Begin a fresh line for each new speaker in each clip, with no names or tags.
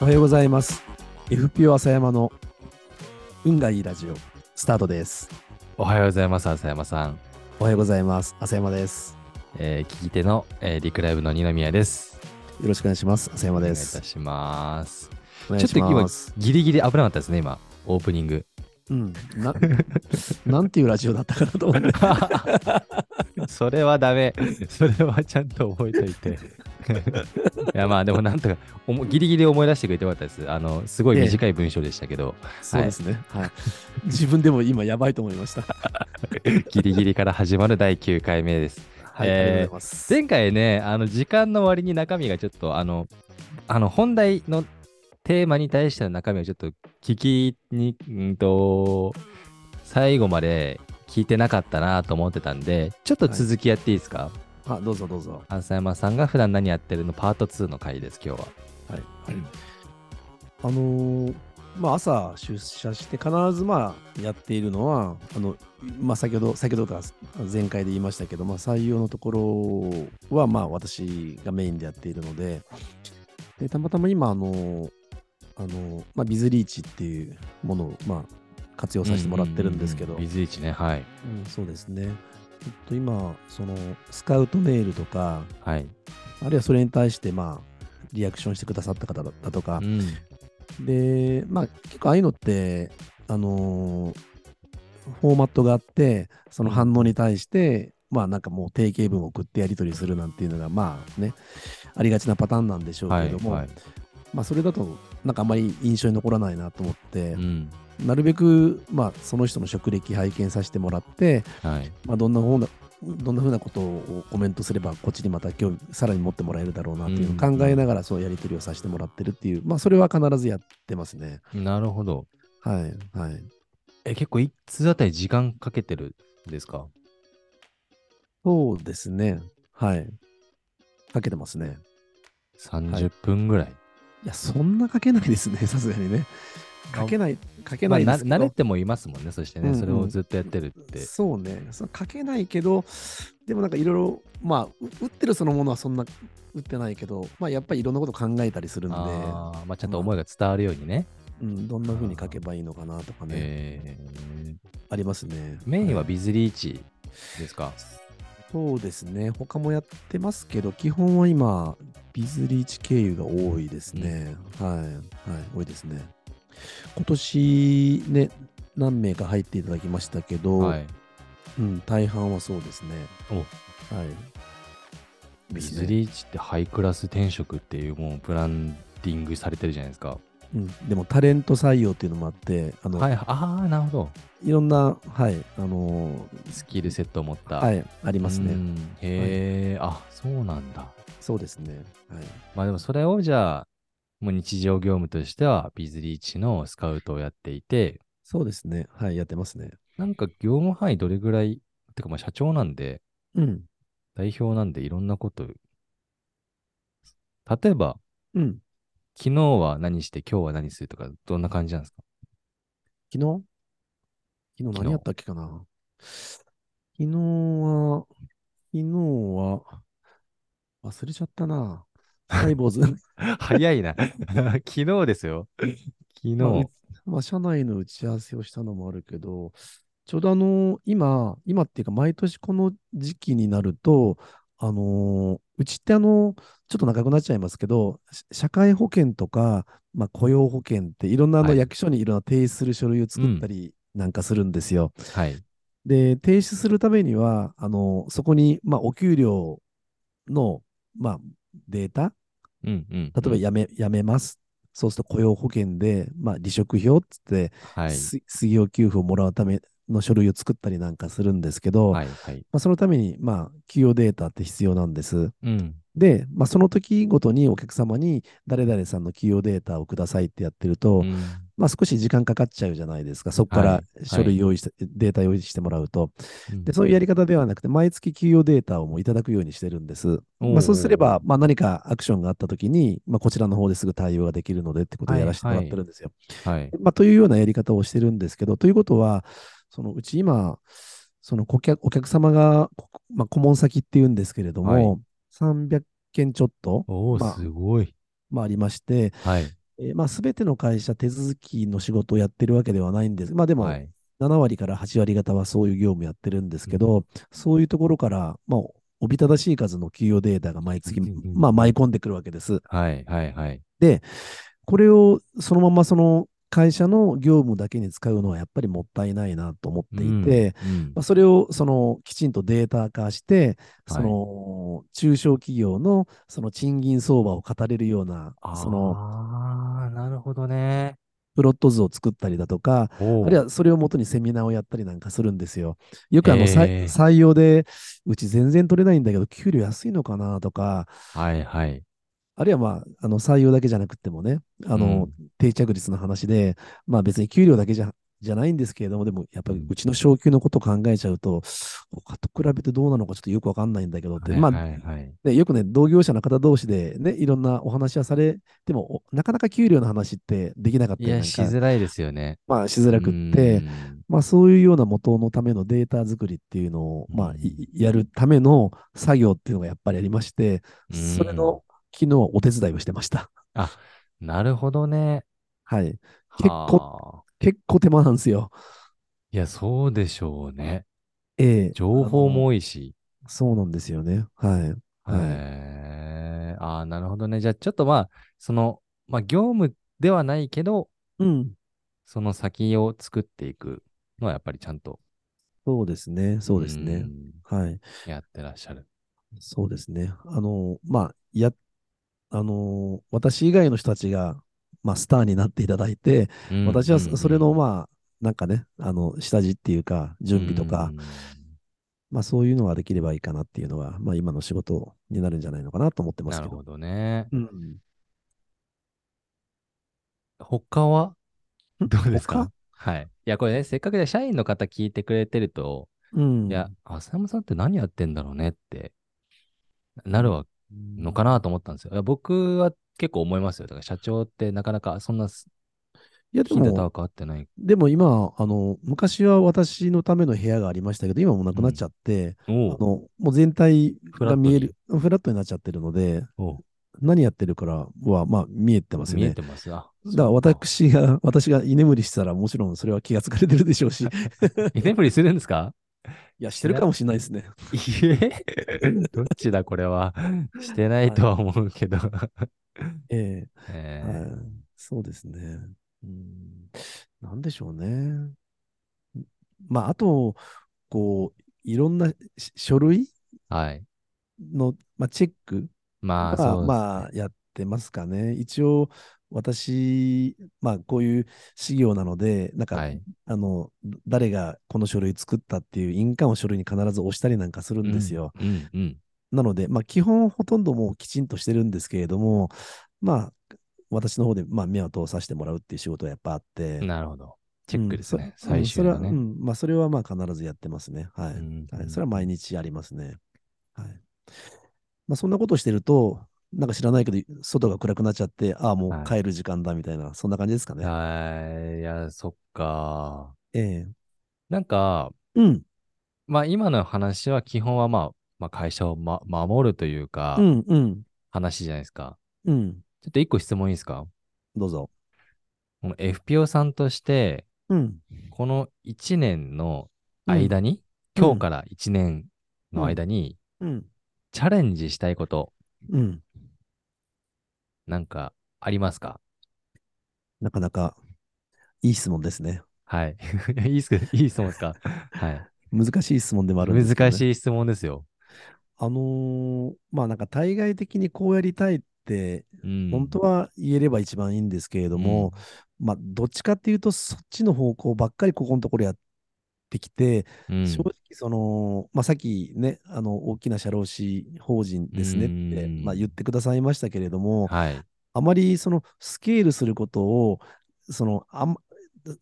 はようございます。FPO 浅山の運がいいラジオスタートです。
おはようございます、浅山さん。
おはようございます。浅山です。
えー聞き手の、えーリクライブの二宮です。
よろしくお願いします。浅山
お願
で
いいた
す。
します。
お願いします。
ギリギリ危なかったですね、今、オープニング。
うん。ななん ていうラジオだったかなと 思って。
それはダメ。 それはちゃんと覚えといて。 いや、まあでもなんとか、おもギリギリ思い出してくれてよかったです。あの、すごい短い文章でしたけど、
そうですね。はい。自分でも今やばいと思いました。
ギリギリから始まる第9回目です。
はい。
えー
ありがとうございます。
前回ね、あの時間の割に中身がちょっとあの、あの本題のテーマに対しての中身をちょっと聞きに、んーと、最後まで聞いてなかったなと思ってたんで、ちょっと続きやっていいですか、
あ、どうぞどうぞ。
浅山さんが普段何やってるのパート2の回です、今日は。
はい。あのーまあ、朝出社して必ずまあやっているのはあの、まあ、先ほど先ほどか前回で言いましたけど、まあ、採用のところはまあ私がメインでやっているのででたまたま今あのーあのーまあ、ビズリーチっていうものをまあ活用させてもらってるんですけど、
ビズイチね、はい。
うんそうですね、えっと、今そのスカウトメールとか
はい。
あるいはそれに対してまあリアクションしてくださった方だとか、
うん
で、まあ、結構ああいうのって、あのーフォーマットがあって、その反応に対して、まあなんかもう定型文を送ってやり取りするなんていうのが、まあね、ありがちなパターンなんでしょうけ
は
れ
い。
ども、
はい。
まあそれだと、なんかあんまり印象に残らないなと思って
う、ん。
なるべく、まあその人の職歴拝見させてもらって、
はい。
まあどんなふうな、どんなふうなことをコメントすれば、こっちにまた興味、さらに持ってもらえるだろうなっていうのを考えながら、そうやり取りをさせてもらってるっていう、まあそれは必ずやってますね。
なるほど。
はいはい。
え、結構一通あたり時間かけてるんですか
そうですね。はい。かけてますね。
?30 分ぐらい。
いや、そんなかけないですね、 さすがにね。かけない、かけない
まあ
ですけど。
な慣れてもいますもんね、そしてね、
うんうん
それをずっとやってるって。
そうね。そのかけないけど、でもなんかいろいろ、まあ、う打ってるそのものはそんな打ってないけど、まあやっぱりいろんなこと考えたりするんで、
あーまあ、ちゃんと思いが伝わるようにね。
うん、どんな風に書けばいいのかなとかね、
えー
ありますね。
メイン
は
はいビズリーチですか。
そうですね。他もやってますけど、基本は今、ビズリーチ経由が多いですね。はい。はい。多いですね。今年ね、何名か入っていただきましたけど、
はい、
うん、大半はそうですね。はい。
ビズリーチってハイクラス転職っていうもうブランディングされてるじゃないですか。
うん、でも、タレント採用っていうのもあって、あの、、
はいい、ああ、なるほど。
ろんな、はい、あの
スキルセットを持った。
ーはい、あります
う
ね。
んへえ、あそうなんだ。
そうですね。はい。
まあでもそれをじゃあ、もう日常業務としてはビズリーチのスカウトをやっていて、
そうですね。はい、やってますね。
なんか業務範囲どれぐらい、てかまあ社長なんで、
うん。
代表なんでいろんなこと、例えば、
うん。
昨日は何して、今日は何するとか、どんな感じなんですか
昨日昨日
昨日
何やったっけかな昨日は、昨日は、忘れちゃったな。サイボー ズ。
早いな。 昨日ですよ。昨
まあ
日
う。まあ、社内の打ち合わせをしたのもあるけど、ちょうどあの、今、今っていうか、毎年この時期になると、あのーうちってあの、ちょっと長くなっちゃいますけど、し社会保険とか、まあ、雇用保険っていろんなあの
はい
役所にいろんな提出する書類を作ったりなんかするんですよ。
はい。
で、提出するためには、あの、そこに、まあ、お給料の、まあ、データ、
うんうん。
例えば
や、
辞め、辞めます。そうすると雇用保険で、まあ、離職票っつって、
はい。
す失業給付をもらうための書類を作ったりなんかするんですけど、
はい。はい。
まあ、そのために、まあ、給与データって必要なんです。
うん。
で、まあ、その時ごとにお客様に、誰々さんの給与データをくださいってやってると、
うん
まあ、少し時間かかっちゃうじゃないですか。そこか
は
ら
い
書類用意して、データ用意してもらうと。
うん
で、そういうやり方ではなくて、毎月給与データをもういただくようにしてるんです。
おー
まあ、そうすれば、まあ、何かアクションがあったときに、まあ、こちらの方ですぐ対応ができるのでってことをやらせてもらってるんですよ。
はい。
まあ、というようなやり方をしてるんですけど、ということは、そのうち今、その顧客お客様が、こまあ、顧問先っていうんですけれども、
はい
300件ちょっと、
おお、
まあ
すごい。
まあ、ありまして、
はい。
えーまあ、全ての会社、手続きの仕事をやってるわけではないんです。まあでも、
はい。
7割から8割方はそういう業務やってるんですけど、そういうところから、まあ、おびただしい数の給与データが毎月、
うんうんうん
まあ、舞い込んでくるわけです。
はい。はい。はい。
これをそのままその会社の業務だけに使うのはやっぱりもったいないなと思っていて、
うん
まあ、それをそのきちんとデータ化して、
はい
その中小企業のその賃金相場を語れるような
あ
その
あー、なるほどね。
プロット図を作ったりだとか、
お
あるいはそれをもとにセミナーをやったりなんかするんですよ。よくあの、さい
へー
採用で、うち全然取れないんだけど、給料安いのかなとか、
はい。はい。
あるいはまあ、あの採用だけじゃなくってもね、あの、定着率の話で、まあ別に給料だけじゃ、じゃないんですけれども、でもやっぱりうちの昇給のこと考えちゃうと、他と比べてどうなのかちょっとよくわかんないんだけどって、
はい。
まあ、
はい。はい。
ねよくね、同業者の方同士でね、いろんなお話はされても、おなかなか給料の話ってできなかった
い
りなん
や、
か
しづらいですよね。
まあしづらくって、
うん
まあ、そういうような元のためのデータ作りっていうのを、まあ、いやるための作業っていうのがやっぱりありまして、それの昨日はお手伝いをしてました。
うんなるほどね。
はい。結構
はあ。
結構手間なんですよ。
いや、そうでしょうね。
ええ
情報も多いし。
そうなんですよね。はい。あのはい
へーああ、なるほどね。じゃあ、ちょっとまあ、その、まあ、業務ではないけど、
うん。
その先を作っていくのは、やっぱりちゃんと。
そうですね。そうです
う
ね。
ん。
はい。
やってらっしゃる。
そうですね。あの、まあ、や、あの、私以外の人たちが、まあ、スターになっていただいて、
うん
私はそそれ、
う
の、
ん
まあ、なんかね、あの、下地っていうか、準備とか、。
うん
まあそういうのができればいいかなっていうのが、まあ今の仕事になるんじゃないのかなと思ってますけ
なる
ど。
ほどね。
うん、
他はどうですか
他
はい。いや、これね、せっかくで社員の方聞いてくれてると、
うん。
いや、浅山さんって何やってんだろうねってなるわのかなと思ったんですよ。いや僕は結構思いますよ。だから社長ってなかなかそんなす
いやで
頻度高
も、
く合ってない。
でも今、あの、昔は私のための部屋がありましたけど、今もうなくなっちゃって、
お
あの、もう全体
フ
が
ラットに
見える、フラットになっちゃってるので、
おう
何やってるからは、まあ見えてますよ
見え
ね。
てます。あ、
だから私が、私が居眠りしてたら、もちろんそれは気がつかれてるでしょう し、い
そうか。 居眠りするんですか
や、してるかもしれないですね。
いえ、 どっちだこれは。してないとは思うけど。
ええ
え
は
ー
い、そうですね。うん、なんでしょうね。まあ、あと、こう、いろんなし書類
はい。
の、まあ、チェック
ま
が、
あ、そうですね
まあ、やってますかね。一応、私、まあ、こういう資料なので、なんか、
はい。
あの、誰がこの書類作ったっていう印鑑を書類に必ず押したりなんかするんですよ。
うん、うん。
なので、まあ、基本ほとんどもうきちんとしてるんですけれども、まあ、私の方で、まあ、目を通させてもらうっていう仕事はやっぱあって、
なるほど。チェックですね。
うんそうん
最終の
それは、う
ね。
ん、まあ、それはまあ必ずやってますね。はい。
うん
はい、それは毎日やりますね。はい。まあ、そんなことしてると、なんか知らないけど、外が暗くなっちゃって、ああ、も
はいう
帰る時間だみたいな、そんな感じですかね。
はい。いや、そっか。
ええ
なんか、
うん、
まあ今の話は基本はまあ、まあ、会社を、ま、守るというか、
うん、うん、
話じゃないですか。
うん。
ちょっと一個質問いいですか
どうぞ。
この FPO さんとして、
うん。
この1年の
うん
間に、
うん
今日から1年の間に、
うん、
チャレンジしたいこと、
うん。
なんかありますか
なかなかいい質問ですね。
はい。 いいっすかいい質問ですかはい。
難しい質問でもあるんですけどね
難しい質問ですよ。
あのーまあなんか対外的にこうやりたいって、
うん、
本当は言えれば一番いいんですけれども、まあどっちかっていうと、そっちの方向ばっかりここのところやってきて、
うん、
正直その、まあさっきね、あの、大きな社労士法人ですねって、
うん
まあ言ってくださいましたけれども、
はい。
あまりそのスケールすることを、その、あん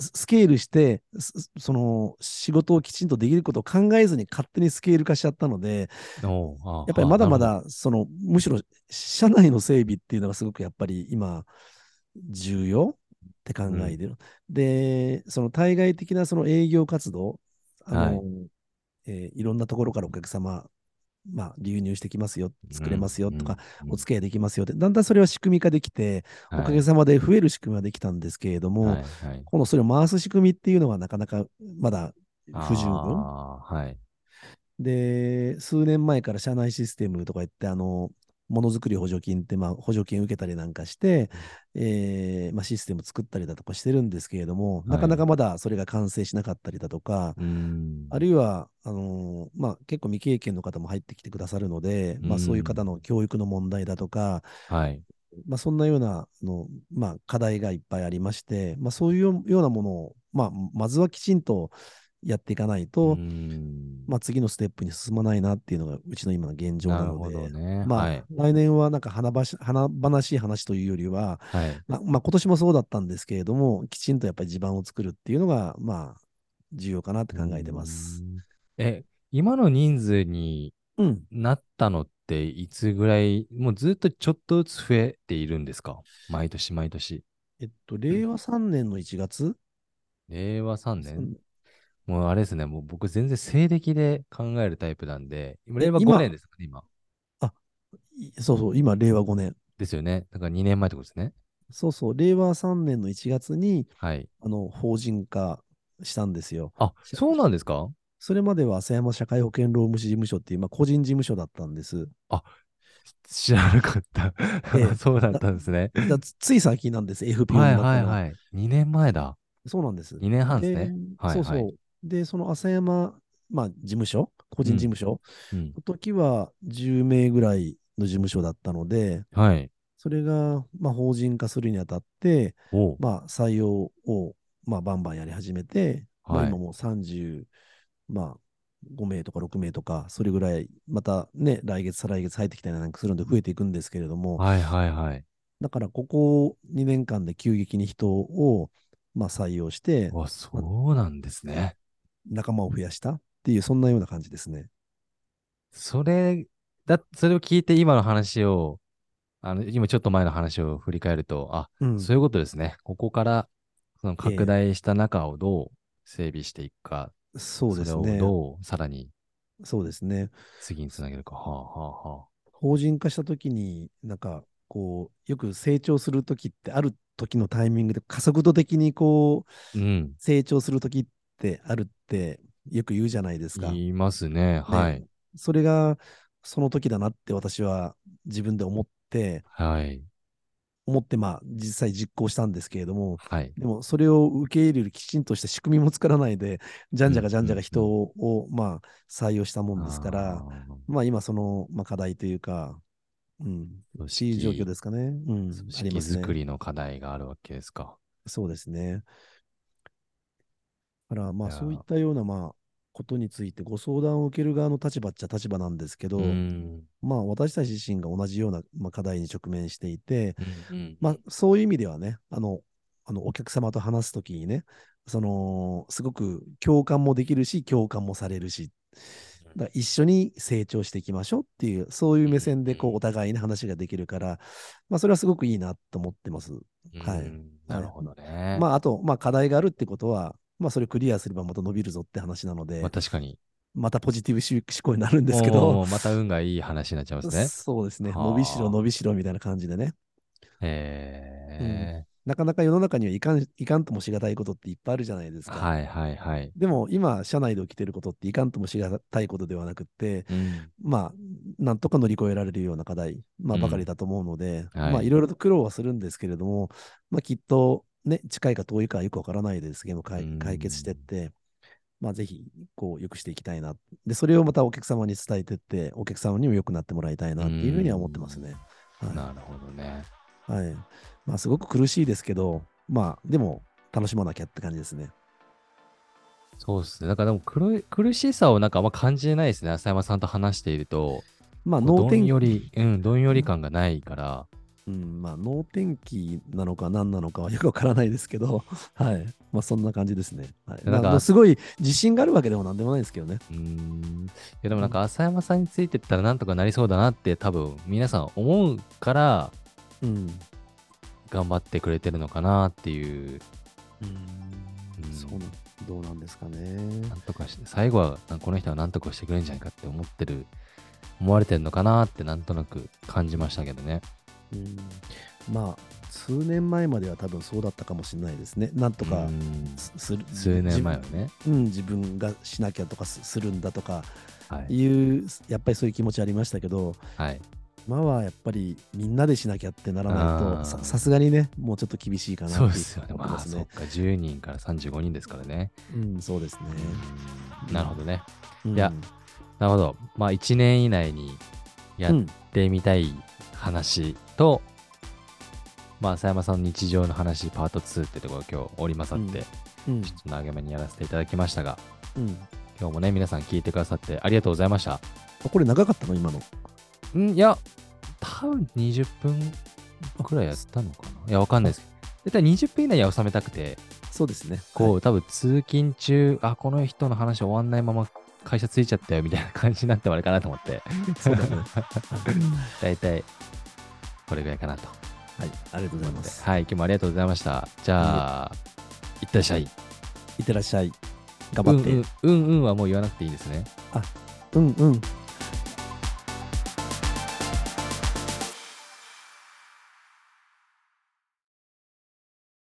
ススケールして、すその仕事をきちんとできることを考えずに勝手にスケール化しちゃったので、
おうあ
やっぱりまだま。
あなる
だ、その、むしろ、社内の整備っていうのがすごくやっぱり今、重要って考えてる。で、その対外的なその営業活動、あの、
はい
いえーいろんなところからお客様まあ、流入してきますよ、作れますよとか、
うん、
お付き合いできますよって、だんだんそれは仕組み化できて、
はい
おかげさまで増える仕組みはできたんですけれども、
はいはい
このそれを回す仕組みっていうのがなかなかまだ不十分。
あーはい。
で、数年前から社内システムとか言って、あの、ものづくり補助金って、まあ、補助金受けたりなんかして、えーまあ、システム作ったりだとかしてるんですけれども、なかなかまだそれが完成しなかったりだとか、
うん
あるいは、あのーまあ、結構未経験の方も入ってきてくださるので、ま
う
あ、
ん
そういう方の教育の問題だとか、
はい。
まあ、そんなようなあの、まあ、課題がいっぱいありまして、まあ、そういうようなものを、まあ、まずはきちんとやっていかないと、
うん
まあ、次のステップに進まないなっていうのがうちの今の現状な
なる
の
ほ
で、
どね。
まあ
はい。
来年はなんか華ばし華々しい話というよりは、
はい。
まあまあ、今年もそうだったんですけれども、きちんとやっぱり地盤を作るっていうのが、まあ、重要かなって考えてます。
うん。え、今の人数に
うん、
なったのっていつぐらい、もうずっとちょっとずつ増えているんですか毎年毎年。
えっと、令和3年の1月、
令和3
そ
年
ん
もうあれですね、もう僕全然西暦で考えるタイプなんで、今
え
令和
今
5年ですかね、今。
いそうそう、今、令和5年。
ですよね。だから2年前ってことですね。
そうそう、令和3年の1月に、
はい。
あの、法人化したんですよ。
あ、
し
そうなんですか
それまでは浅山社会保険労務士事務所っていう、まあ、個人事務所だったんです。
知らなかった。
ええ
そうだったんですね。
だつつい最近なんです、FPO に
は
なっ
い
たの
はいはい。2年前だ。
そうなんです。
2年半ですね。はい
そうそ
は
う
い。
で、その浅山、まあ、事務所、個人事務所、
うん
の時は10名ぐらいの事務所だったので、
はい。
それが、まあ、法人化するにあたって、
おう
まあ、採用を、まあ、バンバンやり始めて、まあ
はい
今もう30、まあ、5名とか6名とか、それぐらい、またね、来月、再来月入ってきたりなんかするんで増えていくんですけれども、
はいは いはい。
だからここ2年間で急激に人を、まあ、採用して、
わ、そうなんですね。
仲間を増やしたっていう、そんなような感じですね。
それ、だ、それを聞いて今の話を、あの、今ちょっと前の話を振り返ると、あ、
うん、
そういうことですね。ここから、その拡大した中をどう整備していくか、
そうです
れを
ね。
どうさらに
そうですね。
次につなげるか。はあはあは
法人化したときに、なんか、こう、よく成長するときって、ある時のタイミングで加速度的にこう、
あ。うん。
成長するときってあるってよく言うじゃないですか。
言いますね。はい。
ねそれがその時だなって私は自分で思って、
はい。
思ってまあ実際実行したんですけれども、
はい。
でもそれを受け入れるきちんとした仕組みも作らないで、じゃんじゃかじゃんじゃか人を、まあ採用したもんですから、
あー、
まあ今その、まあ、課題というか、うん、
組
しい
織
状況ですかね。うん、
組
ありま
織
す
作
ね。
りの課題があるわけですか。
そうですね。だからまあ
いやー
そういったようなまあことについてご相談を受ける側の立場っちゃ立場なんですけど、
うん。
まあ私たち自身が同じような、まあ、課題に直面していて、
うん
まあそういう意味ではね、あの、あのお客様と話すときにね、その、すごく共感もできるし、共感もされるし、だから一緒に成長していきましょうっていう、そういう目線でこ
う
うんお互いに話ができるから、まあそれはすごくいいなと思ってます。はい
うんなるほどね。
まああと、まあ課題があるってことは、まあそれクリアすればまた伸びるぞって話なので
まあ、確かに。
またポジティブ思考になるんですけ
おー
ど、
おーまた運がいい話になっちゃいますね。
そうですね。
はあ
伸びしろ伸びしろみたいな感じでね。
え
なかなか世の中にはいかん、いかんともしがたいことっていっぱいあるじゃないです
ー
か。
はいはいはい。
でも今、社内で起きてることっていかんともしがたいことではなくって、
うん
まあ、なんとか乗り越えられるような課題、まあ、
うん
ばかりだと思うので、
はい
まあ、いろいろと苦労はするんですけれども、まあ、きっと、ね、近いか遠いかはよくわからないですけど、解
うん
解決してって、まあ、ぜひ、こう、良くしていきたいな。で、それをまたお客様に伝えてって、お客様にも良くなってもらいたいなっていうふうには思ってますね。はい
なるほどね。
はい。まあ、すごく苦しいですけど、まあ、でも、楽しまなきゃって感じですね。
そうですね。なんかでも苦い苦しさをなんかあんま感じないですね。浅山さんと話していると。
まあ、
ど
脳
ん
天
より、うん、どんより感がないから。
うん、まあ、脳天気なのか何なのかはよくわからないですけ ど、はい。まあ、そんな感じですね。はい。
なんか
まあすごい自信があるわけでもなんでもないですけどね。
うーん。いやでもなんか浅山さんについてったらなんとかなりそうだなって多分皆さん思うから
うん。
頑張ってくれてるのかなっていう。うん
そうなどうなんですかね
な。んとかして、最後はあこの人はなんとかしてくれるんじゃないかって思ってる思われてるのかなってなんとなく感じましたけどね。
うんまあ、数年前までは多分そうだったかもしれないですね。なんとか
うん
すする。
数年前はね。
自分うん、自分がしなきゃとかすするんだとか
はい。
いう、やっぱりそういう気持ちありましたけど、
はい。
今はやっぱりみんなでしなきゃってならな
あー
いと、ささすがにね、もうちょっと厳しいかなって
そ
いうう
ですよね。
思い
まあ、
ます
そっ
ね。
か。10人から35人ですからね。
うん、そうですね。
なるほどね。
い
いや、なるほど。まあ、1年以内にや
う
っ
ん、
てみたい話と、まあ、佐山さんの日常の話、パート2ってところ今日織り交ざって、
うん
ちょっと長めにやらせていただきましたが、
うん
今日もね、皆さん聞いてくださってありがとうございました。
あこれ長かったの今の。
んいや、多分20分くらいやったのかな。いや、わかんないですけど。大体20分以内には収めたくて、
そうですね。
こう、
はい
多分通勤中、あ、この人の話終わんないまま会社着いちゃったよみたいな感じになってもあれかなと思って、
そうだね。
大体これぐらいかなと
はい、ありがとうござい
思っ
ま
て。
す。
はい、今日もありがとうございました。じゃあ、いってらっしゃい。
いってらっしゃい。頑張って。
うんうん、うんうんはもう言わなくていいですね。
うんうん。